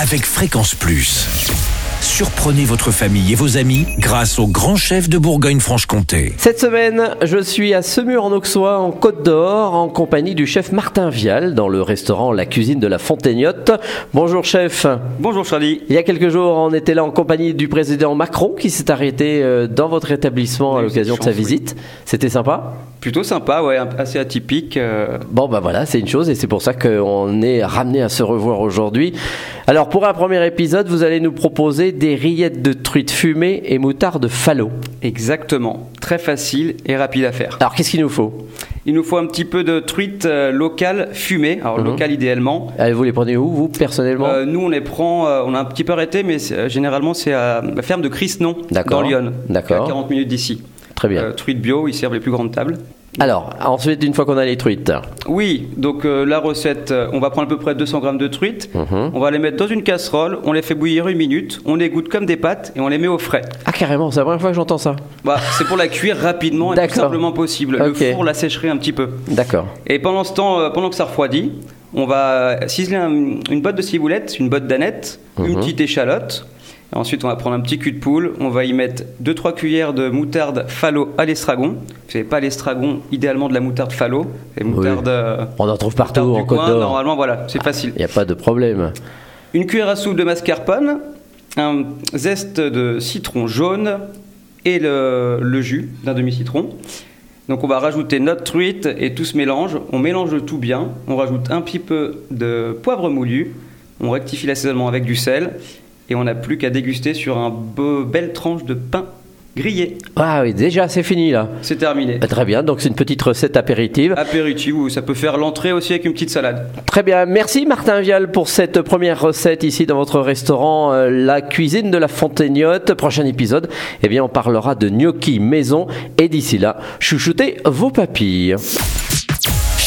avec Fréquence Plus. Surprenez votre famille et vos amis grâce au grand chef de Bourgogne-Franche-Comté. Cette semaine, je suis à Semur en Auxois, en Côte d'Or, en compagnie du chef Martin Vial dans le restaurant La Cuisine de la Fontaignotte. Bonjour chef. Bonjour Charlie. Il y a quelques jours, on était là en compagnie du président Macron qui s'est arrêté euh, dans votre établissement à eu l'occasion de cette sa chance, oui. visite. C'était sympa. Plutôt sympa, ouais, un- assez atypique. euh, Bon, bah voilà, c'est une chose et c'est pour ça qu'on est ramené à se revoir aujourd'hui. Alors, pour un premier épisode, vous allez nous proposer des rillettes de truite fumée et moutarde falot. exactement. Très facile et rapide à faire. Alors, qu'est-ce qu'il nous faut Il nous faut un petit peu de truite euh, locale fumée. Mhm. Alors locale idéalement. Allez, Euh, Vous les prenez où, vous, personnellement Euh, nous on les prend, euh, on a un petit peu arrêté, mais c'est- euh, généralement c'est à la ferme de Crisnon, D'accord. dans Lyon, D'accord. à 40 minutes d'ici. Très bien. Euh, truite bio, ils servent les plus grandes tables. Alors, ensuite, une fois qu'on a les truites, Oui, donc euh, la recette, euh, on va prendre à peu près 200 grammes de truite, Mhm. on va les mettre dans une casserole, on les fait bouillir une minute, on les goûte comme des pâtes et on les met au frais. Ah carrément, c'est la première fois que j'entends ça. Bah, c'est pour la cuire rapidement et le plus D'accord. simplement possible. Ok. Le four la sécherait un petit peu. D'accord. Et pendant ce temps, euh, pendant que ça refroidit, on va euh, ciseler un- une botte de ciboulette, une botte d'aneth, Mhm. une petite échalote. Et ensuite, on va prendre un petit cul de poule. On va y mettre 2-3 cuillères de moutarde falo à l'estragon. Vous savez pas l'estragon, idéalement de la moutarde falo. Et moutarde. euh, On en trouve partout moutarde en du Côte coin, d'Or. Normalement, voilà, c'est facile. Il n'y a pas de problème. Une cuillère à soupe de mascarpone, un zeste de citron jaune et le, le jus d'un demi-citron. Donc on va rajouter notre truite et tout ce mélange. On mélange le tout bien. On rajoute un petit peu de poivre moulu. On rectifie l'assaisonnement avec du sel. Et on n'a plus qu'à déguster sur un beau- belle tranche de pain grillé. Ah oui, déjà c'est fini là. C'est terminé. Ah, Très bien, donc c'est une petite recette apéritive. Ah. Apéritif ou ça peut faire l'entrée aussi avec une petite salade. Très bien, merci Martin Vial pour cette première recette ici dans votre restaurant euh, La Cuisine de la Fontaignotte. Prochain épisode, eh bien on parlera de gnocchi maison et d'ici là, chouchoutez vos papilles.